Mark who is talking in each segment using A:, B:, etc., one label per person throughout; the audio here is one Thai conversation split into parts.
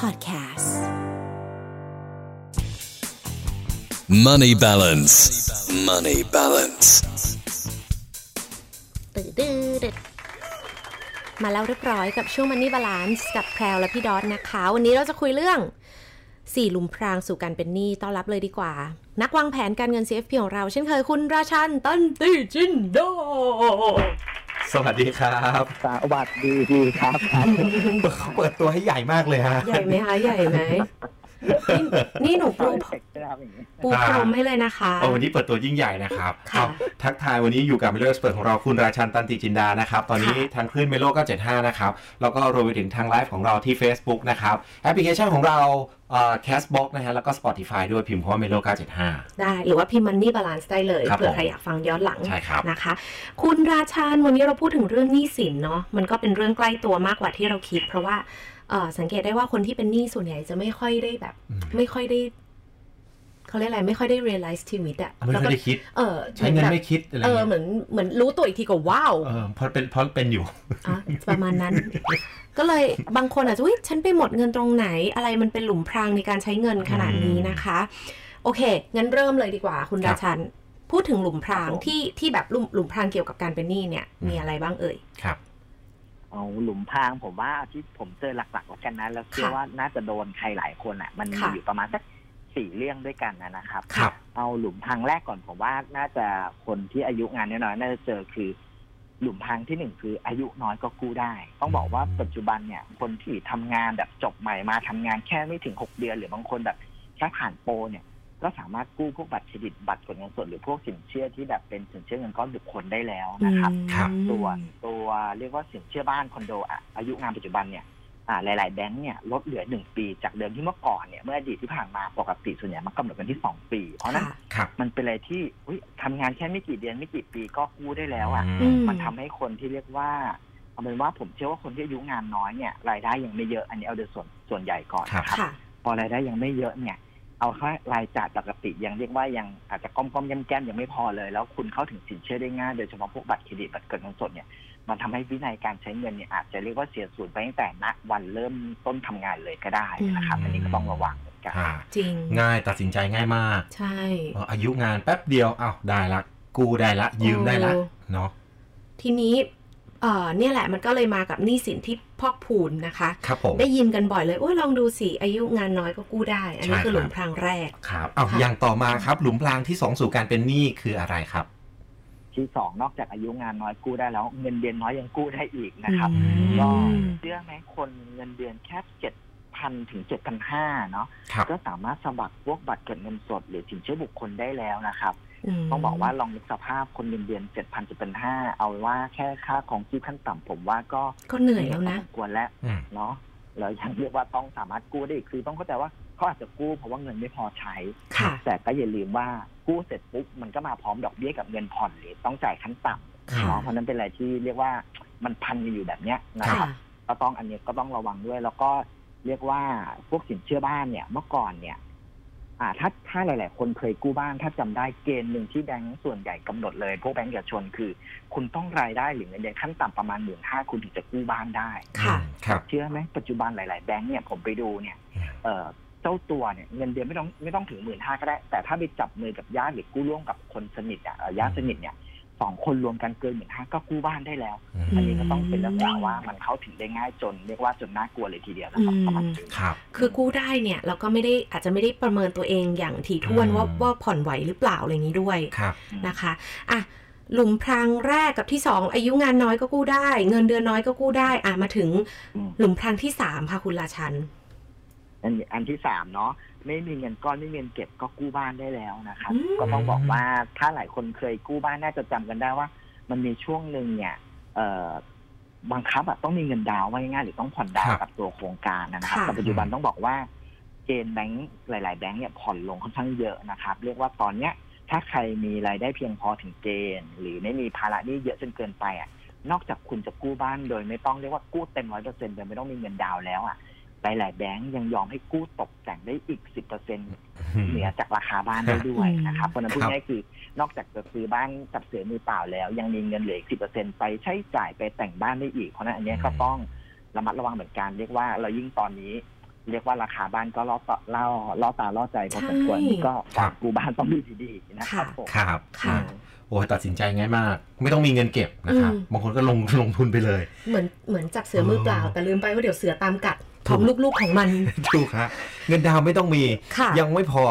A: Podcasts.
B: Money balance. Money balance.
A: ตื่นตื่นมาแล้วเรียบร้อยกับช่วง Money Balance กับแพรวและพี่ดอทนะคะ วันนี้เราจะคุยเรื่อง สี่หลุมพรางสู่การเป็นหนี้ต้อนรับเลยดีกว่า นักวางแผนการเงิน CFP ของเราเช่นเคยคุณราชันต้นตีจินโด
C: สวัสดีครับ
D: สวัสดีดีครับ
C: เปิดตัวให้ใหญ่มากเลยฮะ
A: ใหญ่ไหมคะ ใหญ่ไหมนี่นี่หนูปู
D: เสร็จแล้วอย่างนี้
A: ปูพรมให้เลยนะคะ
C: โอ้วันนี้เปิดตัวยิ่งใหญ่นะครับ
A: ค่ะ
C: เอาทักทายวันนี้อยู่กับเมโลสเปิดของเราคุณราชันตันติจินดานะครับ ตอนนี้ทางคลื่นเมโล975 นะครับ แล้วก็รวมไปถึงทางไลฟ์ของเราที่ Facebook นะครับ แอปพลิเคชันของเราเอ่อ Castbox นะฮะ แล้วก็ Spotify ด้วยพิมพ์คำว่าเมโล975
A: ได้หรือว่าพิมพ์มันนี่บาลานซ์ได้เลย
C: ครับ
A: เผื่อ
C: ผม
A: ใครอยากฟังย้อนหลัง
C: ใช่ครับ
A: นะคะ คุณราชานวันนี้เราพูดถึงเรื่องหนี้สินเนาะมันก็เป็นเรื่องใกล้ตัวมากกว่าที่เราคิด เพราะว่าเอ่อสังเกตได้ว่าคนที่เป็นหนี้ส่วนใหญ่จะไม่ค่อยได้แบบ
C: อืม
A: ไม่ค่อยได้เขาเรียกอะไรไม่ค่อยได้ realize ชีวิตอะ
C: ไม่
A: แล้ว
C: ค่
A: ก็
C: อยได้คิด
A: เออ
C: ใช้เงิน
A: แบบ
C: ไม่คิดอะไร
A: เออ
C: เงี้ย
A: เหมือนเหมือนรู้ตัวอีกทีก็ว้าว
C: เออเพราะเป็นเพราะเป็นอยู่
A: อ่ะประมาณนั้น ก็เลยบางคนอาจจะอุ๊ยฉันไปหมดเงินตรงไหน อะไรมันเป็นหลุมพรางในการใช้เงินขนาดนี้นะคะ โอเค งั้นเริ่มเลยดีกว่า คุณ
C: ครั
A: รา
C: บ
A: ชัน พูดถึงหลุมพรางที่ที่แบบหลุมหลุมพรางเกี่ยวกับการเป็นหนี้เนี่ย มีอะไรบ้างเอ่ย
C: ครับ
D: เอาหลุมพรางผมว่าที่ผมเจอหลักๆแล้วกันนะแล้วเชื่อ
A: ค่ะ
D: ว่าน่าจะโดนใครหลายคนอ่ะ มันมี
A: ค่ะ
D: อยู่ประมาณสักสี่เรื่องด้วยกันนะนะครับ
C: ครับ
D: เอาหลุมพรางแรกก่อนผมว่าน่าจะคนที่อายุงานน้อยๆน่าจะเจอคือ หลุมพรางที่หนึ่งคืออายุน้อยก็กู้ได้ ต้องบอกว่าปัจจุบันเนี่ย คนที่ทำงานแบบจบใหม่มาทำงานแค่ไม่ถึงหกเดือน หรือบางคนแบบแค่ผ่านโปรเนี่ย ก็สามารถกู้พวกบัตรเครดิตบัตรกดเงินสดหรือพวกสินเชื่อที่แบบเป็นสินเชื่อเงินก้อนบุคคลได้แล้วนะครับ
C: ครับ
A: อืม
D: ส่วนตัวเรียกว่าสินเชื่อบ้านคอนโดอะอายุงานปัจจุบันเนี่ยอ่าหลาย ๆ แบงก์เนี่ยลดเหลือหนึ่งปีจากเดิมที่เมื่อก่อนเนี่ยเมื่ออดีตที่ผ่านมาปกติส่วนใหญ่มันกำหนดกันที่สองปี เพราะฉะนั้น
A: ค่ะ
C: ครับ
D: มันเป็นอะไรที่อุ๊ยทำงานแค่ไม่กี่เดือนไม่กี่ปีก็กู้ได้แล้วอะ
C: อืม
A: ม
D: มันทำให้คนที่เรียกว่าเอาเป็นว่าผมเชื่อว่าคนที่อายุงานน้อยเนี่ยรายได้ยังไม่เยอะอันนี้เอาโดยส่วนส่วนใหญ่ก่อนนะครับ
A: ค่ะ
D: พอรายได้ยังไม่เยอะเนี่ย เอาค่ารายจ่ายปกติยังเรียกว่ายังอาจจะก้อมก้อมๆแย้มแก้มๆยังไม่พอเลย แล้วคุณเข้าถึงสินเชื่อได้ง่ายโดยเฉพาะพวกบัตรเครดิตบัตรเกิดเงินสดเนี่ยมันทำให้วินัยการใช้เงินเนี่ยอาจจะเรียกว่าเสียสูญไปตั้งแต่ณวันเริ่มต้นทำงานเลยก็ได้นะครับ
C: อืม
D: อันนี้ก็ต้องระวังเหมือนกัน
C: อ่า
A: จริง
C: ง่ายตัดสินใจง่ายมาก
A: ใช่
C: เอออายุงานแป๊บเดียวอ้าวได้ละ กู้ได้ละ ยืมได้ละ
A: โอ้
C: เนาะ
A: ทีนี้เอ่อเนี่ยแหละมันก็เลยมากับหนี้สินที่พอกพูนนะคะ
C: ครับผม
A: ได้ยินกันบ่อยเลยโอ้ยลองดูสิอายุงานน้อยก็กู้ได้ อันนี้
C: ใช่
A: คือหลุม
C: ครับ
A: พรางแรก
C: ครับอ้าว
A: ค่ะ
C: อย่างต่อมาครับ หลุมพรางที่สองสู่การเป็นหนี้คืออะไรครับ
D: ที่สองนอกจากอายุงานน้อยกู้ได้แล้ว เงินเดือนน้อยยังกู้ได้อีกนะครับ ก็
A: อืม
D: เชื่อไหมคนเงินเดือนแค่เจ็ดพันถึงเจ็ดพันห้าเนาะ
C: ครับ
D: ก็สามารถสมัครพวกบัตรเกิดเงินสด หรือสินเชื่อบุคคลได้แล้วนะครับ
A: ม
D: ต้องบอกว่าลองนึกสภาพคนเงินเดือนเจ็ดพันจะเป็นห้าเอาว่าแค่ค่าของชีพขั้นต่ำผมว่าก็
A: ก็เหนื่อยแล้วนะ
D: พอสมควรแล้ว
C: อืม
D: เนาะแล้วยังเรียกว่าต้องสามารถกู้ได้อีกคือต้องเข้าใจว่าเขาอาจจะกู้เพราะว่าเงินไม่พอใช้
A: ค่ะ
D: แต่ก็อย่าลืมว่ากู้เสร็จปุ๊บมันก็มาพร้อมดอกเบี้ยกับเงินผ่อนหรือต้องจ่ายขั้นต่ำ
C: ค่ะ
D: เนาะเพราะฉะนั้นเป็นอะไรที่เรียกว่ามันพันกันอยู่แบบเนี้ยนะค
A: ค่ะ
D: รับ ก็ต้องอันนี้ก็ต้องระวังด้วย แล้วก็เรียกว่าพวกสินเชื่อบ้านเนี่ยเมื่อก่อนเนี่ย อ่าถ้าถ้าหลาย ๆ คนเคยกู้บ้านถ้าจำได้เกณฑ์หนึ่งที่แบงก์ส่วนใหญ่กำหนดเลย พวกแบงก์เอกชนคือ คุณต้องรายได้หรือเงินเดือนขั้นต่ำประมาณหมื่นห้าคุณถึงจะกู้บ้านได้
A: ค่ะ
C: อืมครับ
D: เชื่อไหมปัจจุบันหลาย ๆ แบงก์เนี่ยผมไปดูเนี่ย
C: อืม
D: เอ่อเจ้าตัวเนี่ยเงินเดือนไม่ต้องไม่ต้องถึงหมื่นห้าก็ได้ แต่ถ้าไปจับมือกับญาติหรือกู้ร่วมกับคนสนิทอ่ะเอ่อญาติสนิทเนี่ยสองคนรวมกันเกินหมื่นห้าก็กู้บ้านได้แล้ว
C: อื
D: อัน
C: ม
D: นี้ก็ต้องเป็นลักษณะว่ามันเข้าถึงได้ง่ายจนเรียกว่าจนน่ากลัวเลยทีเดียวนะครับ
A: อืม
D: ประมาณนี้
C: ครับ
A: คือกู้ได้เนี่ยเราก็ไม่ได้อาจจะไม่ได้ประเมินตัวเองอย่างถี่ถ้วน
C: อืม
A: ว่าว่าผ่อนไหวหรือเปล่าอะไรอย่างนี้ด้วย
C: ครับ
A: นะคะ อ่ะ หลุมพรางแรกกับที่สองอายุงานน้อยก็กู้ได้ เงินเดือนน้อยก็กู้ได้ อ่ะมาถึง
D: อืม
A: หลุมพรางที่สามค่ะคุณราชัน
D: อันอันที่สามเนาะไม่มีเงินก้อนไม่มีเงินเก็บก็กู้บ้านได้แล้วนะครับ
A: อืม
D: ก็ต้องบอกว่าถ้าหลายคนเคยกู้บ้านน่าจะจำกันได้ว่า มันมีช่วงหนึ่งเนี่ย เอ่อบังคับอะต้องมีเงินดาวน์ไว้ง่ายๆหรือต้องผ่อนดาวน์
C: ครับ
D: กับตัวโครงการนะครับ
A: ค่ะ
D: แต่ปัจจุบันต้องบอกว่าเกณฑ์แบงก์หลาย ๆ แบงก์เนี่ยผ่อนลงค่อนข้างเยอะนะครับ เรียกว่าตอนเนี้ย ถ้าใครมีรายได้เพียงพอถึงเกณฑ์ หรือไม่มีภาระหนี้เยอะจนเกินไปอ่ะ นอกจากคุณจะกู้บ้านโดยไม่ต้องเรียกว่ากู้เต็มร้อยเปอร์เซ็นต์โดยไม่ต้องมีเงินดาวน์แล้วอ่ะหลายๆแบงก์ยังยอมให้กู้ตกแต่งได้อีกสิบเปอร์เซ็นต์ เหนือจากราคาบ้านได้ด้วยนะครับ เพราะฉะนั้น
C: ครับ
D: พูดง่ายๆคือนอกจากจะซื้อบ้านจับเสือมือเปล่าแล้ว ยังมีเงินเหลืออีกสิบเปอร์เซ็นไปใช้จ่ายไปแต่งบ้านได้อีก เพราะฉะนั้นอันเนี้ยก็ต้องระมัดระวังเหมือนกันเรียกว่าเรายิ่งตอนนี้ เรียกว่าราคาบ้านก็ล่อตาล่อล่อตาล่อใจพอสมควร
A: ใช่
D: นี่ก็
C: ครับ
D: กูบ้านต้องมีดีๆนะครับผม
C: ครับ
A: ค่ะ
C: นะโอ้ยตัดสินใจง่ายมาก ไม่ต้องมีเงินเก็บนะครับ
A: อืม
C: บางคนก็ลง ลงทุนไปเลย
A: เหมือนเหมือนจับเสือมือเปล่า แต่ลืมไปว่าเดี๋ยวเสือตามกัดพร้อมลูกๆของมัน
C: ถูกฮะเงินดาวน์ไม่ต้องมี
A: ค่ะ
C: ยังไม่พอ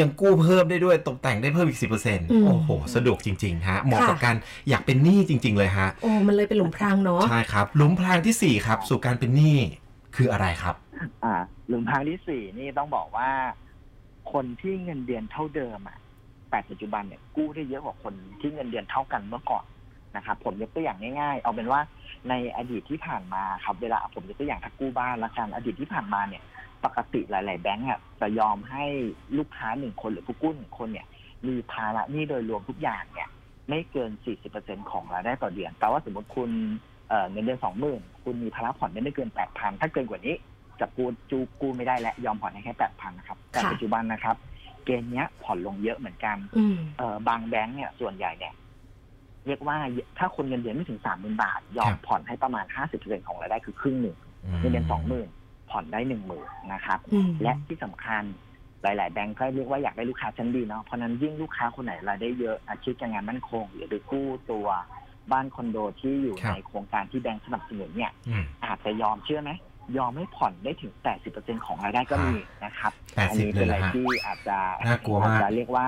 C: ยังกู้เพิ่มได้ด้วยตกแต่งได้เพิ่มอีก 10%
A: ม
C: โอ้โห สะดวกจริง ๆ ฮะ เหมาะ
A: ค่ะ
C: กับการอยากเป็นหนี้จริง ๆ เลยฮะ
A: โอ้มันเลยเป็นหลุมพรางเนาะ
C: ใช่ครับ หลุมพรางทีสี่ 4 ครับ สู่การเป็นหนี้คืออะไรครับ
D: อ่าหลุมพรางที่สี่นี่ต้องบอกว่า คนที่เงินเดือนเท่าเดิมอ่ะแต่ปัจจุบันเนี่ยกู้ได้เยอะกว่าคนที่เงินเดือนเท่ากันเมื่อก่อนนะครับผมยกตัวอย่างง่ายๆ เอาเป็นว่าในอดีตที่ผ่านมาครับเวลาผมยกตัวอย่างถ้ากู้บ้านละกันอดีตที่ผ่านมาเนี่ย ปกติหลาย ๆ แบงก์อ่ะจะยอมให้ลูกค้าหนึ่งคนหรือผู้กู้หนึ่งคนเนี่ย มีภาระหนี้โดยรวมทุกอย่างเนี่ย ไม่เกิน 40%ของรายได้ต่อเดือน แต่ว่าสมมติคุณเอ่อเงินเดือน20,000คุณมีภาระผ่อนได้ไม่เกิน 8,000 ถ้าเกินกว่านี้ จะกู้จูกู้ไม่ได้และยอมผ่อนให้แค่ 8,000นะครับ แต่
A: ค่ะ
D: ปัจจุบันนะครับ เกณฑ์เนี้ยผ่อนลงเยอะเหมือนกัน
A: อืม
D: เอ่อบางแบงก์เนี่ยส่วนใหญ่เนี่ยเรียกว่าถ้าคนเงินเดือนไม่ถึง 30,000 บาท ยอม
C: ครับ
D: ผ่อนให้ประมาณ 50%ของรายได้คือครึ่งหนึ่งเงินเดือน20,000 ผ่อนได้ 10,000นะครับ
A: อืม
D: และที่สำคัญหลาย ๆ แบงก์ก็เรียกว่าอยากได้ลูกค้าชั้นดีเนาะเพราะฉะนั้นยิ่งลูกค้าคนไหนรายได้เยอะอาชีพการงานมั่นคง หรือไปกู้ตัวบ้านคอนโดที่อยู่
C: ครับ
D: ในโครงการที่แบงก์สนับสนุนเนี่ย
C: อืม
D: อาจจะยอมเชื่อไหมยอมไม่ผ่อนได้ถึง 80%ของรายได้ก็มีนะครับ
C: แปด
D: อั
C: สิบ
D: นี้
C: เล
D: เป็
C: ย
D: น
C: เหร
D: อะ
C: อ
D: ไร
C: ฮะ
D: ที่อาจจะ
C: น่ากลัวมาก
D: อจจะเรียกว่า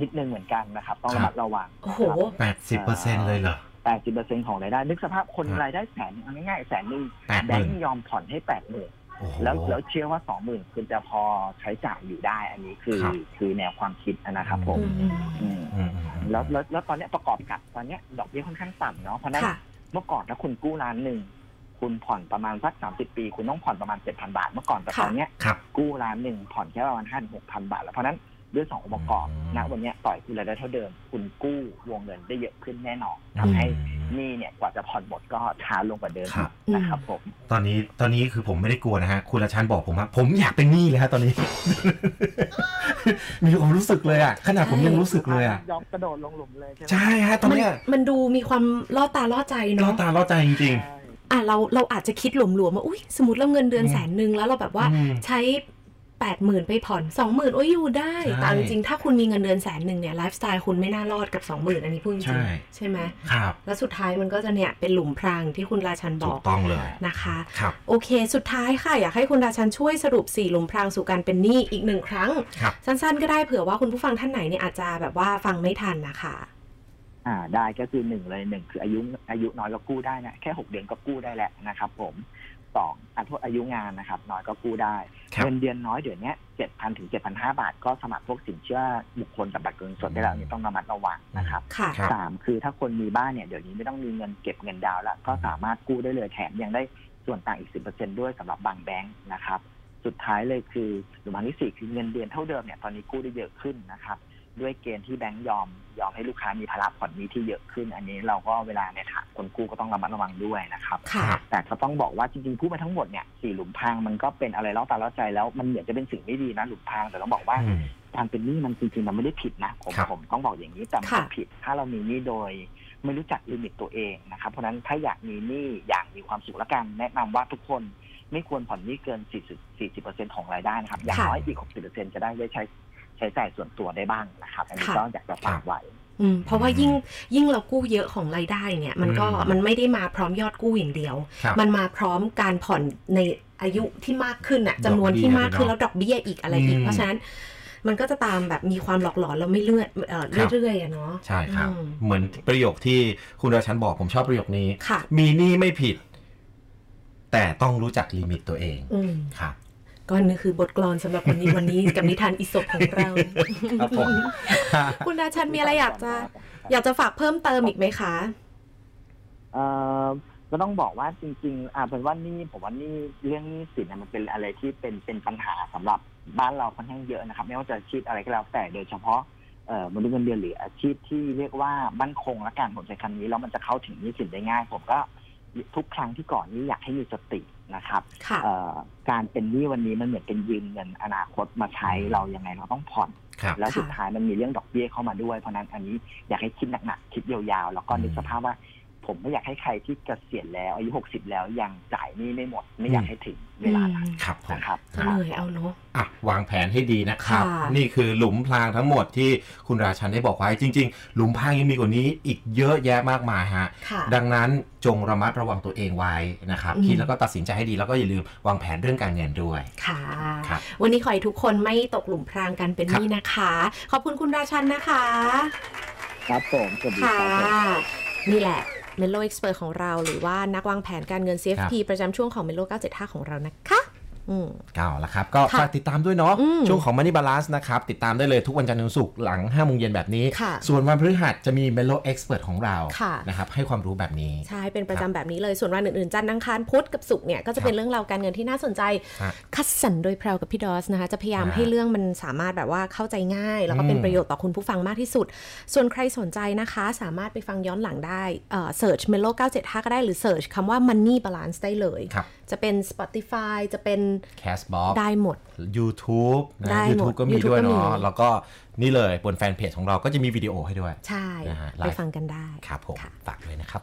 D: นิดนึงเหมือนกันนะครับ ต้องระมัดระวัง
A: โอ้โห
C: แปดสิบเปอร์เซ็นต์เลยเหรอ
D: นะครับ80%ของรายได้ นึกสภาพคน
C: ครับ
D: รายได้แสนหนึ่งเอาง่ายๆแสนหนึ่ง
C: แปดห
D: แบง
C: มื่น
D: ก์ยอมผ่อนให้ 80,000
C: โอ้โห
D: แล้วแล้วเชื่อว่าสองหมื่นคุณจะพอใช้จ่ายอยู่ได้ อันนี้คือ
C: ครับ
D: คือแนวความคิดนะครับผม
A: อืม
D: อืม
C: อืมอืมอืม
D: แล้วแล้วแล้วตอนเนี้ยประกอบกับตอนเนี้ยดอกเบี้ยค่อนข้างต่ำเนาะเพราะฉะนั้น
A: ค่ะ
D: เมื่อก่อนถ้าคุณกู้ล้านหนึ่งคุณผ่อนประมาณสักสามสิบปี คุณต้องผ่อนประมาณเจ็ดพันบาท เมื่อก่อนแต่
A: ค่ะ
D: ตอนเนี้ย
C: ครับ
D: กู้ล้านหนึ่งผ่อนแค่ประมาณห้าหกพันบาท แล้วเพราะฉะนั้นด้วยสององค์ประกอบ
C: อืม
D: ณวันเนี้ยต่อยคุณรายได้เท่าเดิม คุณกู้วงเงินได้เยอะขึ้นแน่นอนทำให้หนี่เนี่ยกว่าจะผ่อนหมดก็ช้าลงกว่าเดิม
C: ครับ
D: นะครับผม
C: ตอนนี้ตอนนี้คือผมไม่ได้กลัวนะฮะ คุณละชันบอกผมว่าผมอยากเป็นหนี้แล้วตอนนี้ มีความรู้สึกเลยอ่ะ ขนาดผมยังรู้สึกเลยอ่ะ
D: ยอมกระโดดลงหลุมเลยใช่ไหม
C: ใช่ฮะ ตอน
A: มัน
C: เนี้ย
A: มันดูมีความล่อตาล่อใจ
C: ล่อ
A: เนาะ
C: ตาล่อใจจริง
D: ใช่
A: อ่ะเราเราอาจจะคิดหลวมๆว่าอุ้ยสมมติเราเงินเดือน
C: อืม
A: แสนหนึ่งแล้วเราแบบว่า
C: อืม
A: ใช้แปดหมื่นไปผ่อนสองหมื่นโอ้ยอยู่ได้
C: ใช่
A: แต่เอาจริงๆถ้าคุณมีเงินเดือนแสนหนึ่งเนี่ยไลฟ์สไตล์คุณไม่น่ารอดกับสองหมื่นอันนี้พูดจริง
C: ใช่
A: ๆใช่ไหม
C: ๆ ครับ
A: แล้วสุดท้ายมันก็จะเนี่ยเป็นหลุมพรางที่คุณราชันบ
C: ถู
A: อก ก
C: ต้องเลย
A: นะคะ
C: ครับ
A: โอเค สุดท้ายค่ะ อยากให้คุณราชันช่วยสรุป4หลุมพรางสู่การเป็นหนี้อีกหนึ่งครั้ง
C: ครับ
A: สั้นๆ ก็ได้เผื่อว่าคุณผู้ฟังท่านไหนเนี่ยอาจจะแบบว่าฟังไม่ทันนะคะ
D: อ่าได้ก็คือหนึ่งเลยหนึ่งคืออายุอายุน้อยก็กู้ได้นะแค่หกเดือนก็กู้ได้แหละนะครับผมสองอันโทษอายุงานนะครับ น้อยก็กู้ได้
C: ครับ
D: เงินเดือนน้อยเดี๋ยวนี้เจ็ดพันถึงเจ็ดพันห้าบาทก็สมัครพวกสินเชื่อบุคคลกับบัตรเงินสดได้แล้วอันนี่ต้องระมัดระวังนะครับ
A: ค่ะ
C: ครับ
D: สามคือถ้าคนมีบ้านเนี่ยเดี๋ยวนี้ไม่ต้องมีเงินเก็บเงินดาวน์แล้ว ก็สามารถกู้ได้เลยแถมยังได้ส่วนต่างอีกสิบเปอร์เซ็นด้วยสำหรับบางแบงค์นะครับ สุดท้ายเลยคือหลุมพรางที่สี่คือเงินเดือนเท่าเดิมเนี่ยตอนนี้กู้ได้เยอะขึ้นนะครับ ด้วยเกณฑ์ที่แบงก์ยอมยอมให้ลูกค้ามีภาระผ่อนหนี้ที่เยอะขึ้น อันนี้เราก็เวลาในฐานคนกู้ก็ต้องระมัดระวังด้วยนะครับ
A: ค่ะ
C: ครับ
D: แต่ก็ต้องบอกว่าจริงๆพูดมาทั้งหมดเนี่ยสี่หลุมพรางมันก็เป็นอะไรล่อตาล่อใจแล้วมันเหมือนจะเป็นสิ่งไม่ดีนะหลุมพรางแต่ต้องบอกว่า
C: อืม
D: การเป็นหนี้มันจริงๆมันไม่ได้ผิดนะผม
C: ครับ
D: ผมต้องบอกอย่างนี้แต่มัน
A: ค่ะ
D: ผิด ถ้าเรามีหนี้โดยไม่รู้จักลิมิตตัวเองนะครับเพราะฉะนั้นถ้าอยากมีหนี้อย่างมีความสุขละกันแนะนำว่าทุกคนไม่ควรผ่อนหนี้เกิน40 40%ของรายได้นะครับอย่างน้อยอีก60%จะได้ไว้ใช้ใช้จ่ายส่วนตัวได้บ้างนะครับอันนี้ก็อยากจะฝากไว้
A: อืมเพราะว่ายิ่งยิ่งเรากู้เยอะของรายได้เนี่ยมันก็
C: อืม
A: มันไม่ได้มาพร้อมยอดกู้อย่างเดียว
C: ครับ
A: มันมาพร้อมการผ่อนในอายุที่มากขึ้นอะจำนวนที่มากขึ้น
C: ด
A: แล้
C: อก
A: ว
C: เบี้
A: ด
C: ย
A: อกเบี้ยอีกอะไรอีก
C: อืม
A: เพราะฉะนั้นมันก็จะตามแบบมีความหลอกหลอนเราไม่เลื่อนเอ่อ
C: ครับ
A: เรื่อยๆอะเนาะ
C: ใช่ครับ
A: อืม
C: เหมือนประโยคที่คุณราชันบอกผมชอบประโยคนี้
A: ค่ะ
C: มีหนี้ไม่ผิด แต่ต้องรู้จักลิมิตตัวเอง
A: อืม
C: ครับ
A: ก็นี่คือบทกลอนสำหรับวันนี้วันนี้กับนิทานอิศบของเรา
C: ครับผม
A: คุณราชันมีอะไรอยากจะ อยากจะฝากเพิ่มเติมอีกไหมคะ
D: เอ่อก็ต้องบอกว่าจริงๆอ่าเป็นว่าหนี่ผมว่าหนี่เรื่องหนี้สินเนี่ยมันเป็นอะไรที่เป็นเป็นปัญหาสำหรับบ้านเราค่อนข้างเยอะนะครับ ไม่ว่าจะอาชีพอะไรก็แล้วแต่โดยเฉพาะเอ่อมนุษย์เงินเดือนหรืออาชีพที่เรียกว่ามั่นคงและการผมใช้คำนี้แล้วมันจะเข้าถึงหนี้สินได้ง่าย ผมก็ทุกครั้งที่ก่อนหนี้อยากให้มีสตินะครับ
A: ค่ะ
D: เอ่อการเป็นหนี้วันนี้มันเหมือนเป็นยืมเงินอนาคตมาใช้เรายังไงเราต้องผ่อน
C: ครับ
D: แล้ว
A: ค่ะ
D: สุดท้ายมันมีเรื่องดอกเบี้ยเข้ามาด้วยเพราะฉะนั้นอันนี้อยากให้คิดหนักๆคิดยาวๆ แล้วก็นึกสภาพว่า ผมไม่อยากให้ใครที่เกษียณแล้ว อายุ 60 แล้วยังจ่ายหนี้ไม่หมด ไม่อยากให้ถึงเวลานั้น
C: ครับผม
D: นะครับ
A: เหนื่อยเอาเนาะ
C: อ่ะวางแผนให้ดีนะครับ
A: ค่ะ
C: นี่คือหลุมพรางทั้งหมดที่คุณราชันได้บอกไว้จริง ๆ หลุมพรางยังมีกว่านี้อีกเยอะแยะมากมายฮะ
A: ค่ะ
C: ดังนั้นจงระมัดระวังตัวเองไว้นะครับ
A: อืม
C: คิดแล้วก็ตัดสินใจให้ดีแล้วก็อย่าลืมวางแผนเรื่องการเงินด้วย
A: ค่ะ
C: ครับ
A: วันนี้ขอให้ทุกคนไม่ตกหลุมพรางกันเป็นหนี่นะคะ ขอบคุณคุณราชันนะคะ
D: ครับผมสวัสดี
A: ค่ะ
D: ครับผม
A: นี่แหละเมโลเอ็กซ์เพรของเรา หรือว่านักวางแผนการเงิน CFP ประจำช่วงของเมโล975 ของเรานะคะอืม
C: เก้าละครับ ก็
A: ค่ะ
C: ฝากติดตามด้วยเนาะ
A: อืม
C: ช่วงของ Money Balance นะครับ ติดตามได้เลยทุกวันจันทร์ถึงศุกร์หลัง5โมงเย็นแบบนี้
A: ค่ะ
C: ส่วนวันพฤหัสจะมี Melo Expert ของเรา
A: ค่ะ
C: นะครับให้ความรู้แบบนี้
A: ใช่ เป็นประจำแบบนี้เลย ส่วนวันอื่นๆ จันทร์อังคารพุธกับศุกร์เนี่ย ก็จะเป็นเรื่องราวการเงินที่น่าสนใจ
C: ฮะ
A: คัดสรรโดยแพรวกับพี่ดอสนะคะ จะพยายาม
C: ฮะ
A: ให้เรื่องมันสามารถแบบว่าเข้าใจง่าย แล้วก็เป็น
C: อืม
A: ประโยชน์ต่อคุณผู้ฟังมากที่สุด ส่วนใครสนใจนะคะ สามารถไปฟังย้อนหลังได้เอ่อ search melo 975 ก็ได้หรือ search คำว่า money balance ได้เลย
C: ครับ
A: จะเป็น Spotify จะเป็น
C: Cashbox
A: ได้หมด
C: YouTube นะ
A: ได้หมด
C: YouTube ก็มี
A: YouTube
C: ด้วย
A: ก็มี
C: เนาะแล้วก็นี่เลยบนแฟนเพจของเราก็จะมีวิดีโอให้ด้วย
A: ใช่
C: นะฮะ
A: ไปฟังกันได้
C: ครับผม
A: ค่ะ
C: ฝากด้วยนะครับ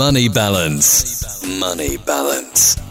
B: Money Balance. Money Balance.